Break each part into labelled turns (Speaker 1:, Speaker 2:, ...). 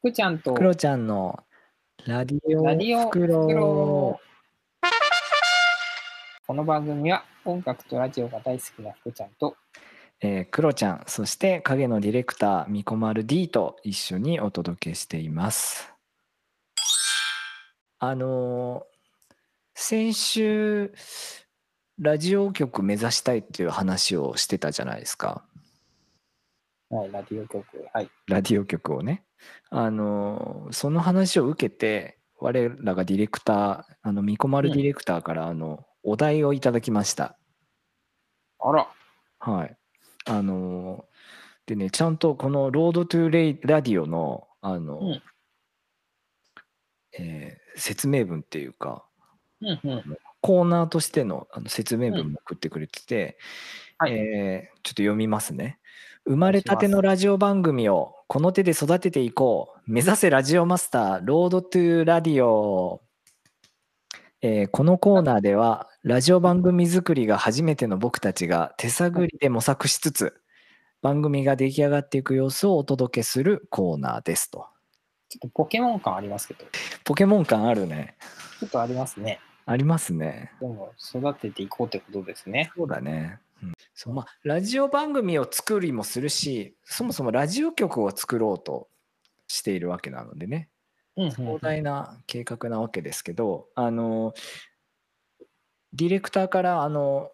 Speaker 1: 福ちゃんと
Speaker 2: クロちゃんのラデ
Speaker 1: ラディ
Speaker 2: ィオ
Speaker 1: オ
Speaker 2: フクロ
Speaker 1: 袋この番組は音楽とラジオが大好きな福ちゃんと
Speaker 2: えー、クロちゃんそして影のディレクターみこまる D と一緒にお届けしていますあのー先週ラジオ局目指したいっていう話をしてたじゃないですか
Speaker 1: はいラディオ局はい
Speaker 2: ラジオ局をねあのーその話を受けて我らがディレクターあのみこまるディレクターからあのお題をいただきました
Speaker 1: あら
Speaker 2: はい。あのーでね、ちゃんとこのロードトゥレイラディオの、あのー
Speaker 1: うん
Speaker 2: えー説明文っていうか、
Speaker 1: うんうん
Speaker 2: コーナーとしてのあの説明
Speaker 1: う
Speaker 2: 文も送ってくれてて、
Speaker 1: はい
Speaker 2: えーちょっと読みますね。生まれたてのラジオ番組をこの手で育てていこう。目指せラジオマスター、ロードトゥラディオ。えーこのコーナーでは、ラジオ番組作りが初めての僕たちが手探りで模索しつつ、番組が出来上がっていく様子をお届けするコーナーですと。
Speaker 1: ちょっとポケモン感ありますけど
Speaker 2: ポケモン感あるね。
Speaker 1: ちょっとありますね
Speaker 2: ありますね。
Speaker 1: でも育てていこうってことですね
Speaker 2: そうだね。うんそうまあ、ラジオ番組を作りもするしそもそもラジオ局を作ろうとしているわけなのでね
Speaker 1: うんうん
Speaker 2: 壮大な計画なわけですけど、あのディレクターからあの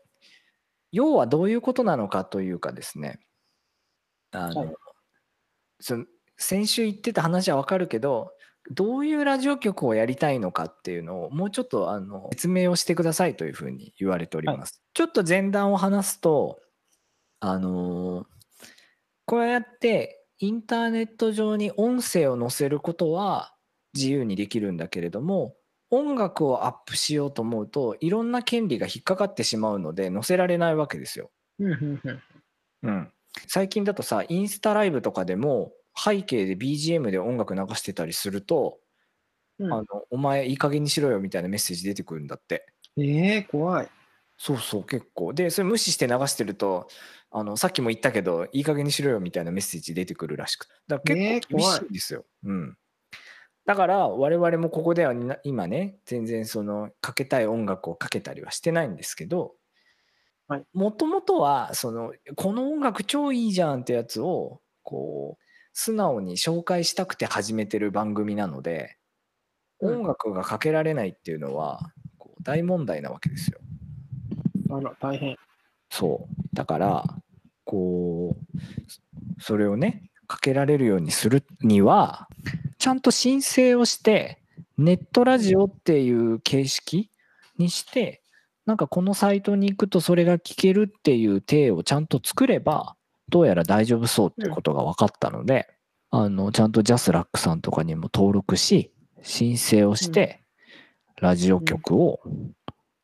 Speaker 2: 要はどういうことなのかというかですねあの、
Speaker 1: はい
Speaker 2: その先週言ってた話はわかるけどどういうラジオ局をやりたいのかっていうのをもうちょっとあの説明をしてくださいというふうに言われております。ちょっと前段を話すとあのこうやってインターネット上に音声を載せることは自由にできるんだけれども音楽をアップしようと思うといろんな権利が引っかかってしまうので載せられないわけですよ。
Speaker 1: うんうんうん
Speaker 2: うん、最近だとさインスタライブとかでも背景で BGM で音楽流してたりすると、
Speaker 1: うん
Speaker 2: あの「お前いい加減にしろよ」みたいなメッセージ出てくるんだって。
Speaker 1: ええ怖い。
Speaker 2: そうそう結構でそれ無視して流してるとあのさっきも言ったけどいい加減にしろよみたいなメッセージ出てくるらしくてだから
Speaker 1: ねえ
Speaker 2: 結構厳
Speaker 1: 怖
Speaker 2: し
Speaker 1: い
Speaker 2: いんですよ、うん、だから我々もここではな今ね全然そのかけたい音楽をかけたりはしてないんですけど
Speaker 1: はい
Speaker 2: もともとはそのこの音楽超いいじゃんってやつをこう素直に紹介したくて始めてる番組なので
Speaker 1: うん
Speaker 2: 音楽がかけられないっていうのはこう大問題なわけですよ。
Speaker 1: あら、大変。
Speaker 2: そう。だから、こう、そそれをね、かけられるようにするには、ちゃんと申請をして、ネットラジオっていう形式にして、なんかこのサイトに行くとそれが聞けるっていう体をちゃんと作れば、どうやら大丈夫そうってことが分かったので、あの、ちゃんとジャスラックさんとかにも登録し、申請をして、ラジオ局を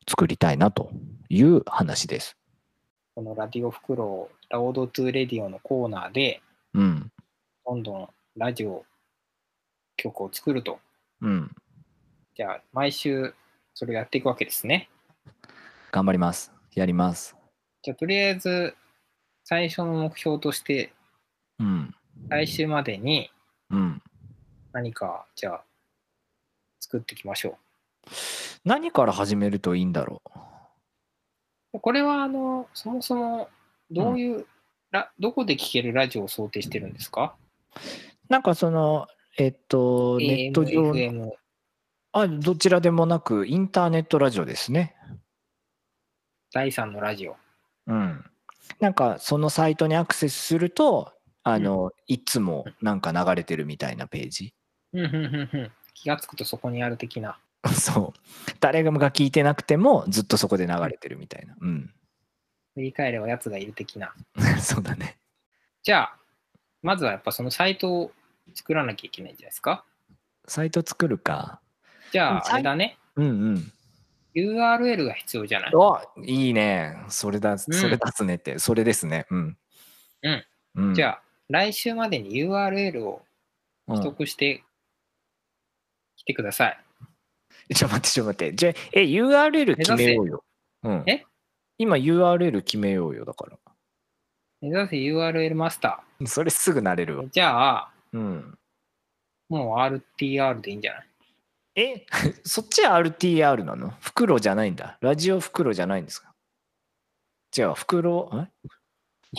Speaker 2: 作りたいなという話です。
Speaker 1: このラディオ袋をラオードトゥーレディオのコーナーで、
Speaker 2: うん。
Speaker 1: どんどんラジオ曲を作ると。
Speaker 2: うん。
Speaker 1: じゃあ、毎週それをやっていくわけですね。
Speaker 2: 頑張ります。やります。
Speaker 1: じゃあ、とりあえず、最初の目標として、
Speaker 2: うん。
Speaker 1: 来週までに
Speaker 2: うん。
Speaker 1: 何か、じゃあ、作っていきましょ
Speaker 2: 何から始めるといいんだろ
Speaker 1: う。これは、あの、そもそも、どういう、ラどこで聴けるラジオを想定してるんですか
Speaker 2: う。なんかその、えっと、
Speaker 1: ?AM、
Speaker 2: ネット上、
Speaker 1: FM、
Speaker 2: あ、どちらでもなく、インターネットラジオですね。
Speaker 1: 第3のラジオ。
Speaker 2: うん。なんか、そのサイトにアクセスすると、あの、いつもなんか流れてるみたいなページ。
Speaker 1: うんうんうんうん気がつくとそこにある的な。
Speaker 2: そう。誰が聞いてなくても、ずっとそこで流れてるみたいな。うん。
Speaker 1: 振り返ればやつがいる的な。
Speaker 2: そうだね。
Speaker 1: じゃあ、まずはやっぱそのサイトを作らなきゃいけないんじゃないですか。
Speaker 2: サイト作るか。
Speaker 1: じゃ
Speaker 2: うん
Speaker 1: あ、
Speaker 2: サイ
Speaker 1: あれだね。
Speaker 2: うんうん。
Speaker 1: URL が必要じゃない。
Speaker 2: おいいね。それだ、そ
Speaker 1: うん
Speaker 2: れだすねって、それですね。うん。
Speaker 1: うん。
Speaker 2: うん、
Speaker 1: じゃあ、来週までに URL を
Speaker 2: うん、
Speaker 1: 取
Speaker 2: ちょっ
Speaker 1: 得してきてください。
Speaker 2: と待って、ちょっと待って。じゃあ、え、URL 決めようよ。うん、
Speaker 1: え
Speaker 2: 今 URL 決めようよ、だから。
Speaker 1: 目指せ URL マスタ
Speaker 2: それすぐなれるわ
Speaker 1: ー。。じゃあ、
Speaker 2: うん。
Speaker 1: もう RTR でいいんじゃない
Speaker 2: え そっちは RTR なの袋じゃないんだ。ラジオ袋じゃないんですか違う、袋、ん
Speaker 1: い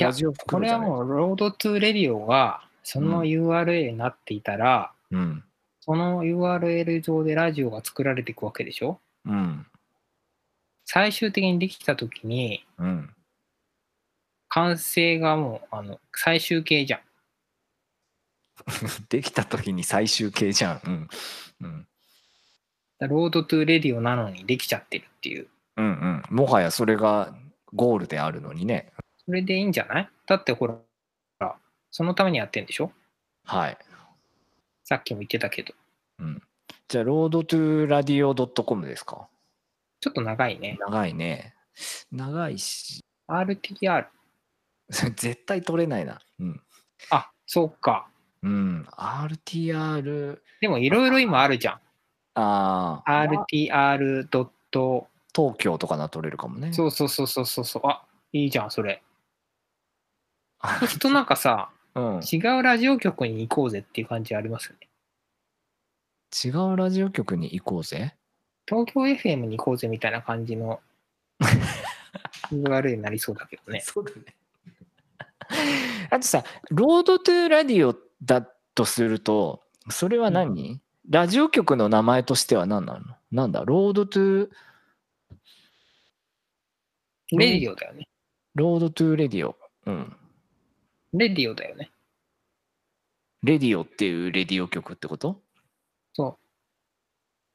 Speaker 1: や
Speaker 2: ラジオ
Speaker 1: こ
Speaker 2: 袋
Speaker 1: れ
Speaker 2: じゃ
Speaker 1: は
Speaker 2: ない。
Speaker 1: もう、ロードトゥレディオが、その URL になっていたら、
Speaker 2: うん。
Speaker 1: その URL 上でラジオが作られていくわけでしょ
Speaker 2: うん。
Speaker 1: 最終的にできたときに、
Speaker 2: うん。
Speaker 1: 完成がもう、あの、最終形じゃん。
Speaker 2: できた時に最終形じゃん。うん。うん。
Speaker 1: だロードトゥレディオなのにできちゃってるっていう。
Speaker 2: うんうん。もはやそれがゴールであるのにね。
Speaker 1: それでいいんじゃないだってほら、そのためにやってんでしょ
Speaker 2: はい。
Speaker 1: さっきも言ってたけど。
Speaker 2: うん。じゃあ、ロードトゥラディオ .com ですか
Speaker 1: ちょっと長いね。
Speaker 2: 長いね。長いし、
Speaker 1: RTR。
Speaker 2: 絶対取れないな。うん。
Speaker 1: あ、そうか。
Speaker 2: うん。RTR、
Speaker 1: でもいろいろ今あるじゃん。
Speaker 2: ああ、
Speaker 1: RTR.
Speaker 2: 東京とかなら取れるかもね。
Speaker 1: そうそうそうそうそうそう。あ、いいじゃん、それ。そうするとなんかさ、
Speaker 2: うん。
Speaker 1: 違うラジオ局に行こうぜっていう感じありますよね。
Speaker 2: 違うラジオ局に行こうぜ。
Speaker 1: 東京 FM に行こうぜみたいな感じの URL になりそうだけどね。
Speaker 2: そうだね。あとさ、ロードトゥーラディオだとすると、それは何、ラジオ局の名前としては何なのなんだロードトゥー、うん
Speaker 1: レディオだよね。
Speaker 2: ロードトゥーレディオ。うん。
Speaker 1: レディオだよね。
Speaker 2: レディオっていうレディオ局ってこと。
Speaker 1: そ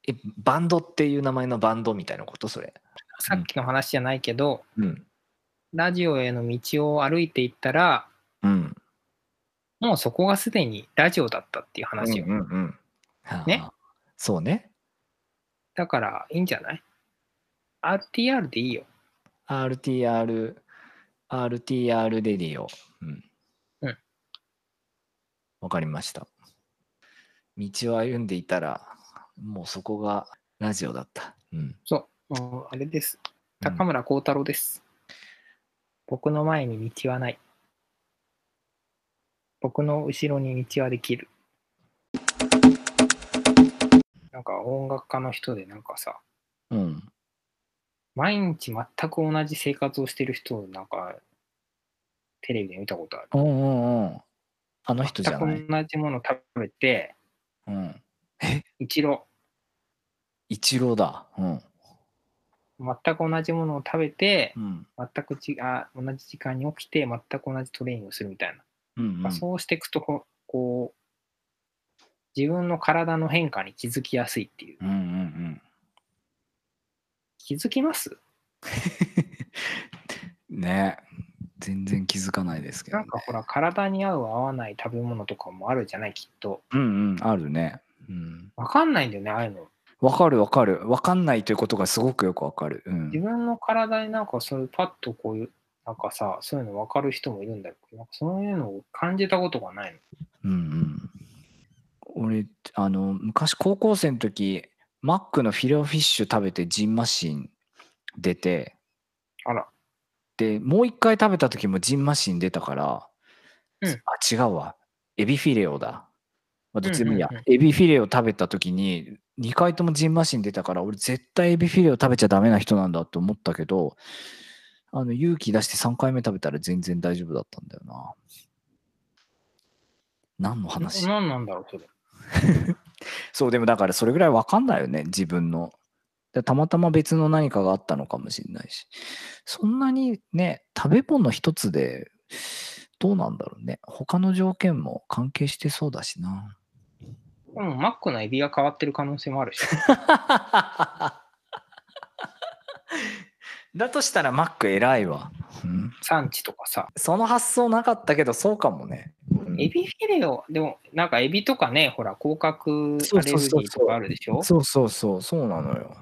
Speaker 1: う
Speaker 2: え、バンドっていう名前のバンドみたいなことそれ。
Speaker 1: さっきの話じゃないけど、
Speaker 2: うん。
Speaker 1: ラジオへの道を歩いていったら、
Speaker 2: うん。
Speaker 1: もうそこがすでにラジオだったっていう話よ。
Speaker 2: うんうんうん。はあ
Speaker 1: ね。
Speaker 2: そうね。
Speaker 1: だから、いいんじゃない ?RTR でいいよ。
Speaker 2: RTR、RTR レディオ。うん。
Speaker 1: うん。
Speaker 2: わかりました。道を歩んでいたら、もうそこがラジオだった。うん。
Speaker 1: そう。もうあれです。高村光太郎です。僕の前に道はない。僕の後ろに道はできる。なんか音楽家の人でなんかさ、
Speaker 2: うん。うん。
Speaker 1: 毎日全く同じ生活をしてる人をなんかテレビで見たことある。
Speaker 2: うんうんうん。あの人じ
Speaker 1: 全
Speaker 2: ゃない。
Speaker 1: く同じもの食べて、
Speaker 2: うん。
Speaker 1: 一郎、
Speaker 2: 一郎だ。うん。
Speaker 1: 全く同じものを食べて
Speaker 2: う、ん。
Speaker 1: 全くちあ同じ時間に起きて、全く同じトレーニングをするみたいな。
Speaker 2: うん、うん。
Speaker 1: そうしていくとここう自分の体の変化に気づきやすいっていう
Speaker 2: うんうんうん。
Speaker 1: 気づきます
Speaker 2: ね全然気づかないですけど、
Speaker 1: なん
Speaker 2: ね。
Speaker 1: かほら体に合う合わない食べ物とかもあるじゃないきっと
Speaker 2: うんうん。あるね。うん。
Speaker 1: わかんないんだよねああいうの
Speaker 2: わかるわかる。わかんないということがすごくよくわかる。うん。
Speaker 1: 自分の体になんかそういうパッとこういうなんかさそういうの分かる人もいるんだけどなんかそういうのを感じたことがないの
Speaker 2: うんうん、俺あの昔高校生の時マックのフィレオフィッシュ食べてジンマシン出て
Speaker 1: あら
Speaker 2: でもう一回食べた時もジンマシン出たから、
Speaker 1: うん
Speaker 2: あ違うわエビフィレオだ、まあ、どっちでもいいや、
Speaker 1: うんうん
Speaker 2: エビフィレオ食べた時に2回ともジンマシン出たから俺絶対エビフィレオ食べちゃダメな人なんだと思ったけどあの勇気出して3回目食べたら全然大丈夫だったんだよな何の話
Speaker 1: 何なんだろうそれ
Speaker 2: そうでもだからそれぐらいわかんないよね自分の。でたまたま別の何かがあったのかもしれないしそんなにね食べ物一つでどうなんだろうね他の条件も関係してそうだしな
Speaker 1: でもマックのエビが変わってる可能性 もあるし
Speaker 2: だとしたらマック偉いわ、うん
Speaker 1: 産地とかさ
Speaker 2: その発想なかったけどそうかもね、うん
Speaker 1: エビフィレオでもなんかエビとかねほら甲殻アレルギーとかあるでしょ
Speaker 2: そうそうそうそうなのよ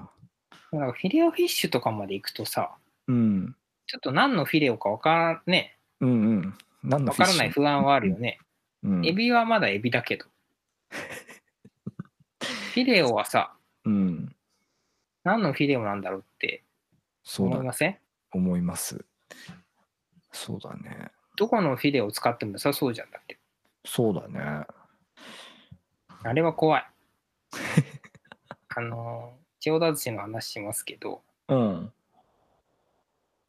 Speaker 1: なんかフィレオフィッシュとかまで行くとさ、
Speaker 2: うん
Speaker 1: ちょっと何のフィレオかわから,、ね、
Speaker 2: うんうん何の
Speaker 1: わ
Speaker 2: フィ
Speaker 1: か
Speaker 2: ッシ
Speaker 1: らな
Speaker 2: ュ
Speaker 1: い不安はあるよね。
Speaker 2: うん
Speaker 1: エビはまだエビだ けど。フィレオはさ、
Speaker 2: うん
Speaker 1: 何のフィレオなんだろうって
Speaker 2: そうだ
Speaker 1: 思いません
Speaker 2: 思います。そうだね。
Speaker 1: どこのフィレオを使っても良さそうじゃんだって。
Speaker 2: そうだね。
Speaker 1: あれは怖 い。あの、千代田寿司の話しますけど、
Speaker 2: うん。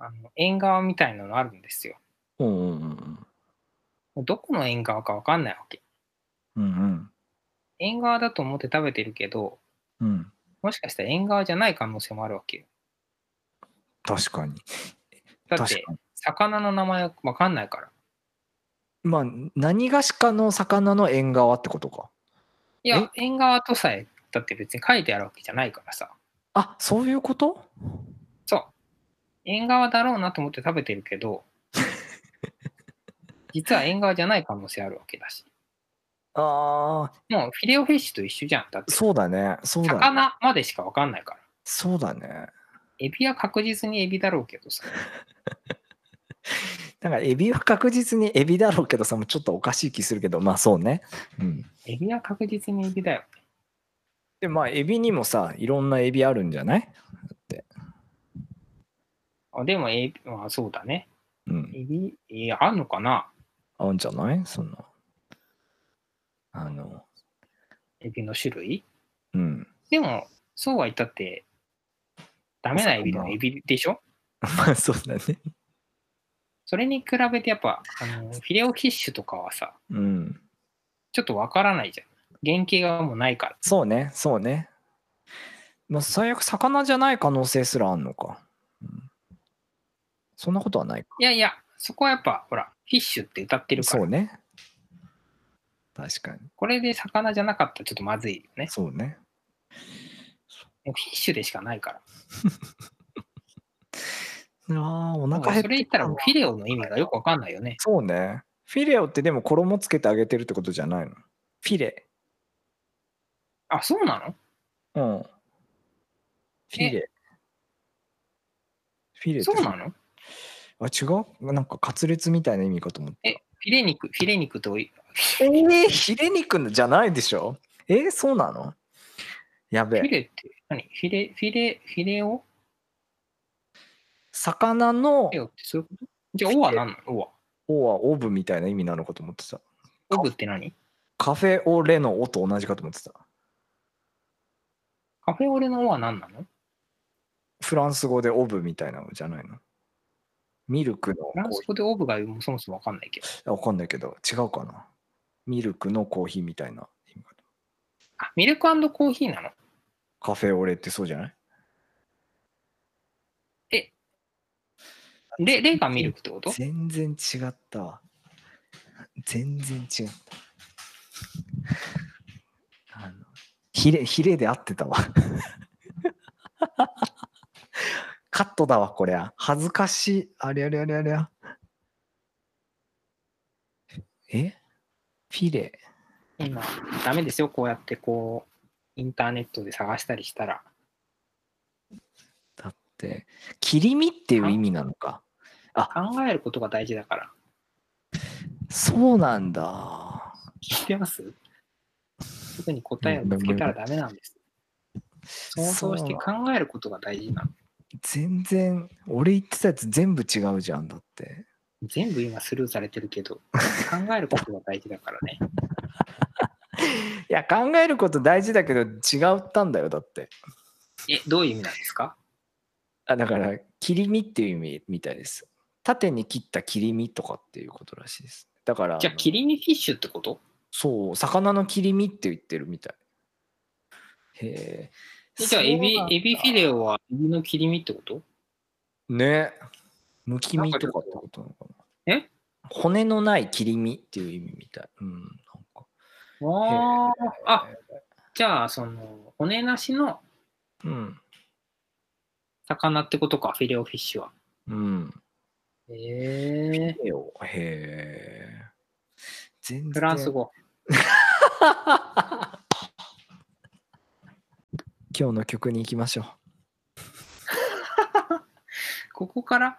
Speaker 1: あの縁側みたいなのあるんですよ。
Speaker 2: うんうんうん
Speaker 1: どこの縁側かわかんないわけ。
Speaker 2: うん。うん
Speaker 1: 縁側だと思って食べてるけど、
Speaker 2: うん。うん。
Speaker 1: もしかしたら縁側じゃない可能性もあるわけよ。
Speaker 2: 確かに。
Speaker 1: だっ
Speaker 2: 確
Speaker 1: て
Speaker 2: か、に。
Speaker 1: 魚の名前わかんないから。
Speaker 2: まあ、何がしかの魚の縁側ってことか。
Speaker 1: いや、縁側とさえ、だって別に書いてあるわけじゃないからさ。
Speaker 2: あ、そういうこと
Speaker 1: そう。縁側だろうなと思って食べてるけ ど、実は縁側じゃない可能性あるわけだし。
Speaker 2: ああ、
Speaker 1: もうフィレオフィッシュと一緒じゃん。だって、
Speaker 2: そうだね。そうだね。
Speaker 1: 魚までしかわかんないから。
Speaker 2: そうだね。
Speaker 1: エビは確実にエビだろうけどさ。
Speaker 2: だからエビは確実にエビだろうけどさ、もうちょっとおかしい気するけど、まあそうね。うん。
Speaker 1: エビは確実にエビだよ。
Speaker 2: で、まあエビにもさ、いろんなエビあるんじゃない
Speaker 1: あでもエビ、まあそうだね。
Speaker 2: うん。
Speaker 1: エビ、いや、あんのかな
Speaker 2: あるんじゃないその、あの、
Speaker 1: エビの種類。
Speaker 2: うん。
Speaker 1: でも、そうは言ったって、ダメなエビでもエビでしょ
Speaker 2: まあそうだね。
Speaker 1: それに比べてやっぱ、あのフィレオフィッシュとかはさ、
Speaker 2: うん。
Speaker 1: ちょっとわからないじゃん。原型がもうないから。
Speaker 2: そうね、そうね。まあ、最悪、魚じゃない可能性すらあんのか。うんそんなことはないか。
Speaker 1: いやいや、そこはやっぱ、ほら、フィッシュって歌ってるか
Speaker 2: そう
Speaker 1: ら、
Speaker 2: ね。確かに。
Speaker 1: これで魚じゃなかったらちょっとまずいよね。
Speaker 2: そうね。
Speaker 1: もうフィッシュでしかないから。
Speaker 2: ああ、お
Speaker 1: だからそ
Speaker 2: 腹減って
Speaker 1: れ言ったらもうフィレオの意味がよくわかんないよね。
Speaker 2: そうね。フィレオってでも衣つけてあげてるってことじゃないの。フィレ。
Speaker 1: あ、そうなの
Speaker 2: うん。フィレ。フィレって
Speaker 1: そうなの
Speaker 2: あ、違うなんか、カツレツみたいな意味かと思った。
Speaker 1: えフィレ肉、フィレ肉とい、
Speaker 2: えー、ヒレ肉じゃないでしょえー、そうなのやべ
Speaker 1: フィ
Speaker 2: え。
Speaker 1: レって何フィレ、フィレ、フィレオ
Speaker 2: 魚の
Speaker 1: フィレオってそういうことじゃあ、オは何なのオは。
Speaker 2: オはオブみたいな意味なのかと思ってた。
Speaker 1: オブって何
Speaker 2: カフェオレのオと同じかと思ってた。
Speaker 1: カフェオレのオは何なの
Speaker 2: フランス語でオブみたいなのじゃないのミルクのコ
Speaker 1: フラン
Speaker 2: ー
Speaker 1: ス
Speaker 2: ヒ
Speaker 1: 語でオブがもうそもそもわかんないけど。
Speaker 2: ー。あわかんないけど、違うかな。ミルクのコーヒーみたいな意味かと。
Speaker 1: あ、ミルクコーヒーなの
Speaker 2: カフェオレってそうじゃない
Speaker 1: レレがミルクってこと
Speaker 2: 全然違ったわ。全然違った。あのヒレ、ヒレで合ってたわ。カットだわ、こりゃ。恥ずかしい。あれあれあれあれゃ。えフィレ。
Speaker 1: 今、ダメですよ。こうやってこう、インターネットで探したりしたら。
Speaker 2: だって、切り身っていう意味なのか。
Speaker 1: 考えることが大事だから。
Speaker 2: そうなんだ。
Speaker 1: 聞いてますすぐに答えを見つけたらダメなんです。想像して考えることが大事なの。
Speaker 2: 全然、俺言ってたやつ全部違うじゃんだって。
Speaker 1: 全部今スルーされてるけど、考えることが大事だからね。
Speaker 2: いや考えること大事だけど違ったんだよだって
Speaker 1: え、どういう意味なんですか
Speaker 2: あだから切り身っていう意味みたいです縦に切った切り身とかっていうことらしいですだから
Speaker 1: じゃあ、
Speaker 2: の
Speaker 1: 切り身フィッシュってこと
Speaker 2: そう魚の切り身って言ってるみたいへえ
Speaker 1: えじゃあ、エビ
Speaker 2: そうなん、だ
Speaker 1: エビフィレオはエビの切り身ってこと
Speaker 2: ねむき身とかってことなのかな
Speaker 1: え
Speaker 2: 骨のない切り身っていう意味みたいうんなんか
Speaker 1: ああ。あ、じゃあ、その、骨なしの
Speaker 2: うん
Speaker 1: 魚ってことか、フィレオフィッシュは。
Speaker 2: うん
Speaker 1: へえ
Speaker 2: へえ全然
Speaker 1: フランス語。
Speaker 2: 今日の曲に行きましょう
Speaker 1: ここから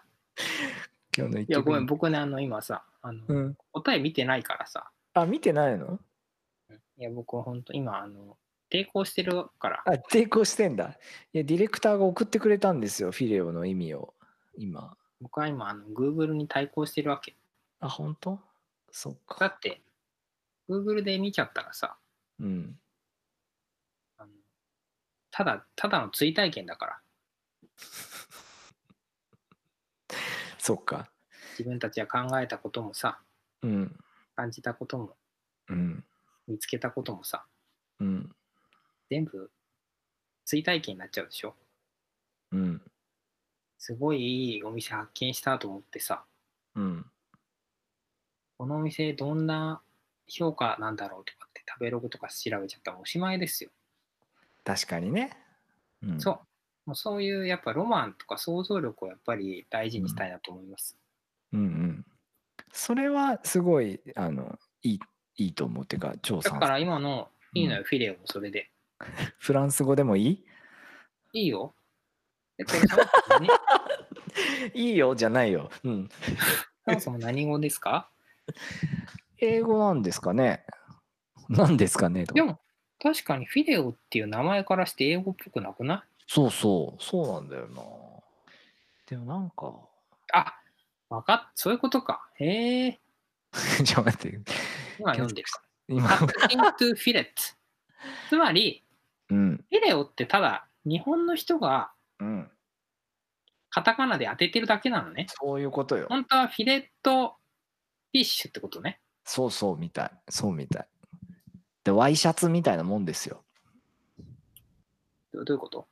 Speaker 2: 今日の一曲
Speaker 1: いや、ごめん、僕ね、あの、今さ、あの、
Speaker 2: うん、
Speaker 1: 答え見てないからさ。
Speaker 2: あ見てないの
Speaker 1: いや、僕は本当、今、あの、抵抗してるから。
Speaker 2: あ抵抗してんだいやディレクターが送ってくれたんですよフィレオの意味を今
Speaker 1: 僕は今、あの、Google に対抗してるわけ。
Speaker 2: あ本当そっか
Speaker 1: だって、Google で見ちゃったらさ、
Speaker 2: うん。
Speaker 1: あのただ、ただの追体験だから。
Speaker 2: そっか。
Speaker 1: 自分たちは考えたこともさ、
Speaker 2: うん。
Speaker 1: 感じたことも、
Speaker 2: うん。
Speaker 1: 見つけたこともさ、
Speaker 2: うん。
Speaker 1: 全部追体験になっちゃうでしょ。
Speaker 2: うん。
Speaker 1: すごいいいお店発見したと思ってさ、
Speaker 2: うん。
Speaker 1: このお店どんな評価なんだろうとかって食べログとか調べちゃったらおしまいですよ。
Speaker 2: 確かにね。うん、
Speaker 1: そう。もうそういうやっぱロマンとか想像力をやっぱり大事にしたいなと思います。
Speaker 2: う。うんうん。それはすごい、あの、いい、いいと思うっていうか、張
Speaker 1: だ
Speaker 2: さ
Speaker 1: か
Speaker 2: ん。
Speaker 1: ら今のいいのよ、
Speaker 2: う
Speaker 1: フィレオもそれで。
Speaker 2: フランス語でもいい
Speaker 1: いいよ。え、これそもそも何
Speaker 2: いいよじゃないよ。うん。
Speaker 1: そもそも何語ですか
Speaker 2: 英語なんですかね。なんですかねとか
Speaker 1: でも確かにフィレオっていう名前からして英語っぽくなくない
Speaker 2: そうそう、そうなんだよな。でもなんか、
Speaker 1: あわかっ、そういうことか。へえ、
Speaker 2: ちょっと待って、
Speaker 1: 今読ん でるか
Speaker 2: 今
Speaker 1: ら。、カッティングトゥフィレット。つまり、
Speaker 2: うん、
Speaker 1: フィレオってただ日本の人が
Speaker 2: うん、
Speaker 1: カタカナで当ててるだけなのね。
Speaker 2: そういうことよ。
Speaker 1: 本当はフィレットフィッシュってことね。
Speaker 2: そうそう、みたい。そうみたい。で、ワイシャツみたいなもんですよ。
Speaker 1: どどういうこと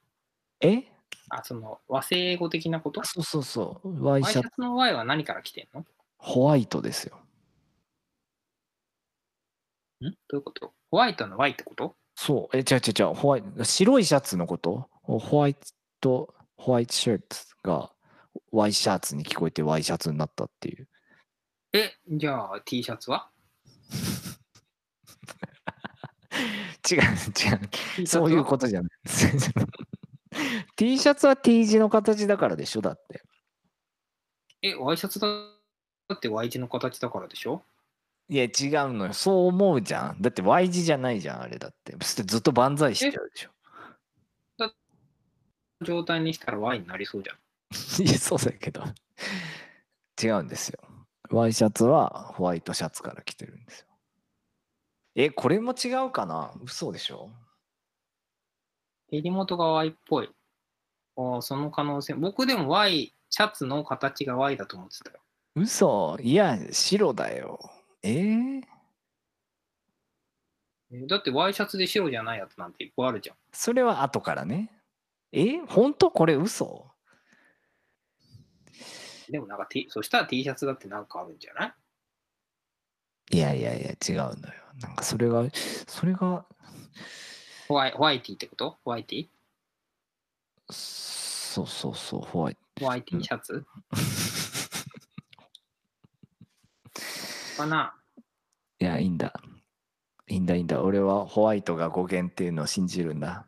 Speaker 2: え
Speaker 1: あ、その和製英語的なこと
Speaker 2: あそうそうそう、ワイ
Speaker 1: ワイ
Speaker 2: シ
Speaker 1: シ
Speaker 2: ャ
Speaker 1: ャ
Speaker 2: ツ
Speaker 1: ツの Y は何から来てんのん
Speaker 2: ホワイトですよ。
Speaker 1: どういうことホワイトの Y ってこと
Speaker 2: そう、え、違う違う違う、ホワイト、白いシャツのことホワイト、ホワイトシャツがワイシャツに聞こえてワイシャツになったっていう。
Speaker 1: え、じゃあ T シャツは
Speaker 2: 違う違う。
Speaker 1: T シャツは
Speaker 2: そういうことじゃない。T シャツは T 字の形だからでしょだって。
Speaker 1: え、ワイシャツだって Y 字の形だからでしょ
Speaker 2: いや違うのよ。そう思うじゃん。だって Y 字じゃないじゃん、あれだって。そしてずっと万歳しちゃうでしょ。
Speaker 1: 状態にしたら Y になりそうじゃん。
Speaker 2: いや、そうだけど。違うんですよ。Y シャツはホワイトシャツから来てるんですよ。え、これも違うかな嘘でしょ
Speaker 1: 襟元が Y っぽい。ああ、その可能性。僕でも Y、シャツの形が Y だと思ってたよ。
Speaker 2: 嘘いや、白だよ。えー
Speaker 1: えだってワイシャツで白じゃないやつなんていっぱいあるじゃん。
Speaker 2: それは後からね。え本当これ嘘
Speaker 1: でもなんか、T、そしたら T シャツだってなんかあるんじゃない
Speaker 2: いやいやいや、違うのよ。なんかそれが、それが、
Speaker 1: ホワイホワイティってことホワイティ
Speaker 2: そうそうそう、ホワイト。
Speaker 1: ホワイティシャツ、かない
Speaker 2: や、いいんだ。いいんだ、いいんだ。俺はホワイトが語源っていうのを信じるんだ。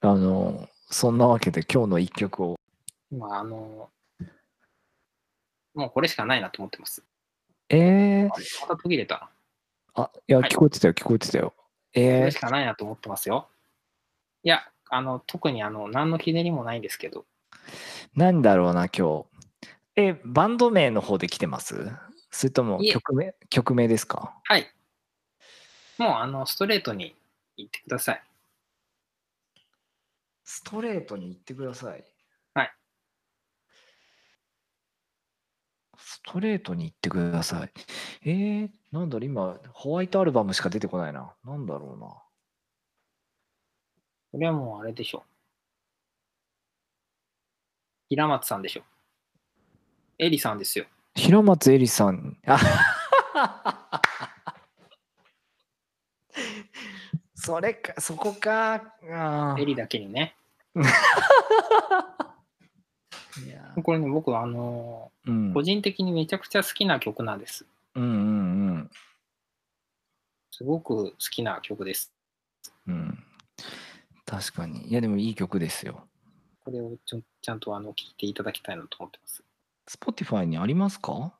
Speaker 2: あの、そんなわけで今日の一曲を、
Speaker 1: 今、あのもうこれしかないなと思ってます。
Speaker 2: えー、
Speaker 1: また途切れた。
Speaker 2: あ、いや、
Speaker 1: はい
Speaker 2: 聞こえてたよ、聞こえてたよ。
Speaker 1: こ
Speaker 2: え
Speaker 1: れ
Speaker 2: ー
Speaker 1: し、かないなと思ってますよ。いや、あの、特にあの、何のひねりもないんですけど、
Speaker 2: なんだろうな、今日。え、バンド名の方で来てますそれとも
Speaker 1: いえ
Speaker 2: 曲名、曲名ですか
Speaker 1: はい。もう、あの、ストレートに言ってください。
Speaker 2: ストレートに言ってください。
Speaker 1: はい。
Speaker 2: ストレートに言ってください。えー、なんだろう、今、ホワイトアルバムしか出てこないな。なんだろうな。
Speaker 1: これはもうあれでしょ。平松さんでしょ。エリさんですよ。
Speaker 2: 平松恵里さん。あ それか、そこか。あー
Speaker 1: エリだけにね。
Speaker 2: いや
Speaker 1: これね、僕はあの
Speaker 2: うん、う
Speaker 1: 個
Speaker 2: ん
Speaker 1: 人的にめちゃくちゃ好きな曲なんです。
Speaker 2: うんうん。
Speaker 1: すごく好きな曲です。
Speaker 2: うん。確かに。いや、でもいい曲ですよ。
Speaker 1: これをちょちゃんとあの聞いていただきたいなと思ってます。
Speaker 2: Spotify にありますか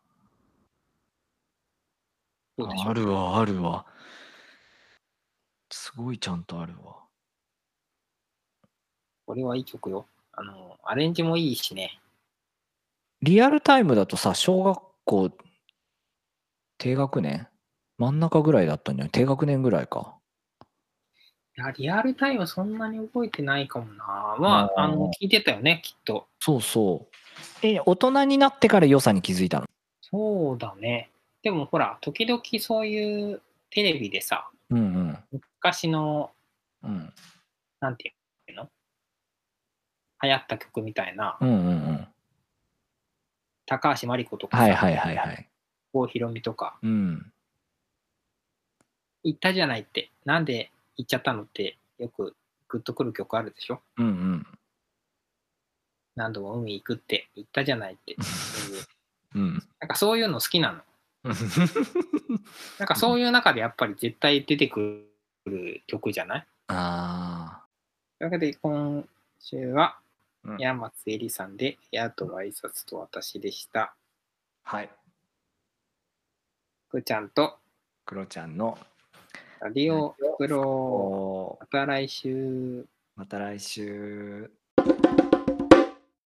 Speaker 1: どうでしょ
Speaker 2: あ
Speaker 1: う
Speaker 2: るわ、あるわ。すごいちゃんとあるわ。
Speaker 1: これはいい曲よ。あの、アレンジもいいしね。
Speaker 2: リアルタイムだとさ、小学校低学年真ん中ぐらいだったんじゃない低学年ぐらいか。
Speaker 1: いや、リアルタイムそんなに覚えてないかもな。まあ、
Speaker 2: あー
Speaker 1: あの、聞いてたよね、きっと。
Speaker 2: そうそう。え、大人になってから良さに気づいたの
Speaker 1: そうだね。でもほら、時々そういうテレビでさ、
Speaker 2: うん
Speaker 1: 昔の、
Speaker 2: うん。うん
Speaker 1: なんていうの流行った曲みたいな、
Speaker 2: うんうんうん。
Speaker 1: 高橋真理子とかさ、
Speaker 2: はいはいはいはい。
Speaker 1: 郷ひろみとか、
Speaker 2: うん。
Speaker 1: 行ったじゃないって、なんで行っちゃったのって、よくグッとくる曲あるでしょ
Speaker 2: うんうん。
Speaker 1: 何度も海行くって言ったじゃないって。そういう
Speaker 2: うん。
Speaker 1: なんかそういうの好きなの。なんかそういう中でやっぱり絶対出てくる曲じゃない
Speaker 2: あ
Speaker 1: というわけで今週は
Speaker 2: うん
Speaker 1: 宮松えりさんで「エアと挨拶と私」でした。
Speaker 2: あ。はい。
Speaker 1: くーちゃんと
Speaker 2: クロちゃんの。
Speaker 1: ラディオフクロ
Speaker 2: おー
Speaker 1: また来週。
Speaker 2: また来週。